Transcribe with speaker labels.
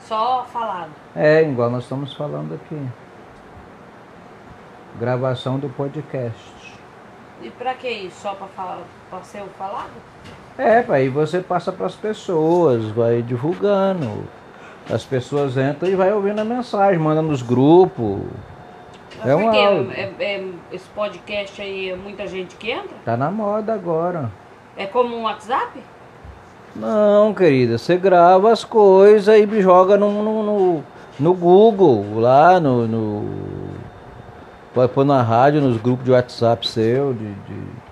Speaker 1: Só falado.
Speaker 2: É, igual nós estamos falando aqui. Gravação do podcast.
Speaker 1: E pra que isso? Só pra, falar, pra ser o falado?
Speaker 2: É, aí você passa para as pessoas, vai divulgando. As pessoas entram e vai ouvindo a mensagem, manda nos grupos.
Speaker 1: Mas
Speaker 2: É
Speaker 1: Ah, por
Speaker 2: um
Speaker 1: quê?
Speaker 2: áudio.
Speaker 1: É- é- esse podcast aí é muita gente que entra?
Speaker 2: Tá na moda agora.
Speaker 1: É como um WhatsApp?
Speaker 2: Não, querida, você grava as coisas e joga no, no, no- no Google, lá no, no- Vai pôr na rádio, nos grupos de WhatsApp seu, de. de-